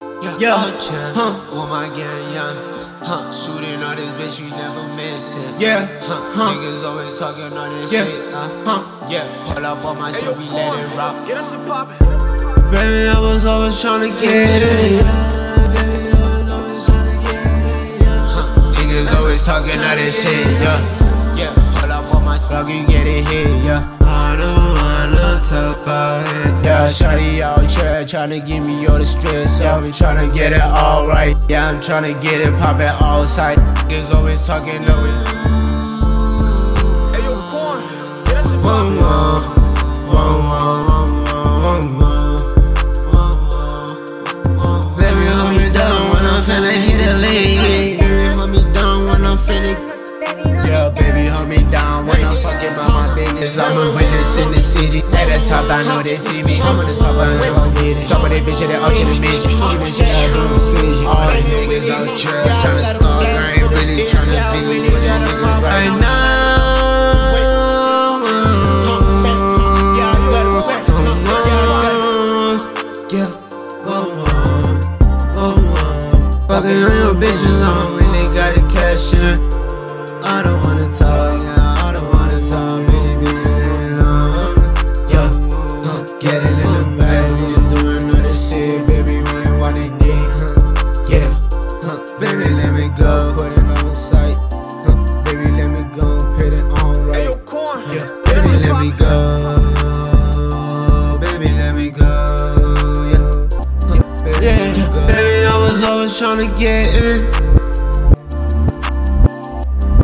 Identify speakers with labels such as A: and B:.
A: Yeah,
B: Yeah.
A: yeah. chance huh. on my gang, yeah. Huh. Shooting all this bitch, you never miss it.
B: Yeah.
A: Huh.
B: Huh.
A: Niggas always talking all this
B: Yeah.
A: shit. Uh.
B: Huh.
A: Yeah. Pull up on my
C: Hey,
A: shit,
C: yo,
A: we let
C: Corn,
A: it rock.
C: Get us a poppin'.
A: Baby, I was always tryna get it. Huh. Niggas always talking all this shit, yeah. Yeah, pull up on my plug and get it hit, yeah. I don't wanna talk about it, yeah. Shawty out here tryna give me all the stress, yeah. I'm tryna get it all right, yeah. I'm tryna get it poppin' outside. Niggas always talking, no, it.
C: Hey, yo, corn. Get us a
A: Whoa,
C: poppin'.
A: whoa, whoa, whoa, whoa, whoa, whoa. Baby, hold me down when I'm finna hit a league. Baby, hold me down when I'm finna. Yeah, baby, hold me down when I'm fucking about my business. I'm a witness in the city. At the top, I know they see me. I'm on the top, I know I need it. Some of they bitches, they up to the mission. Even shit, I don't see. All the niggas out here tryna start. I ain't really tryna be with them niggas right Oh, now. Yeah. Fucking on your bitches on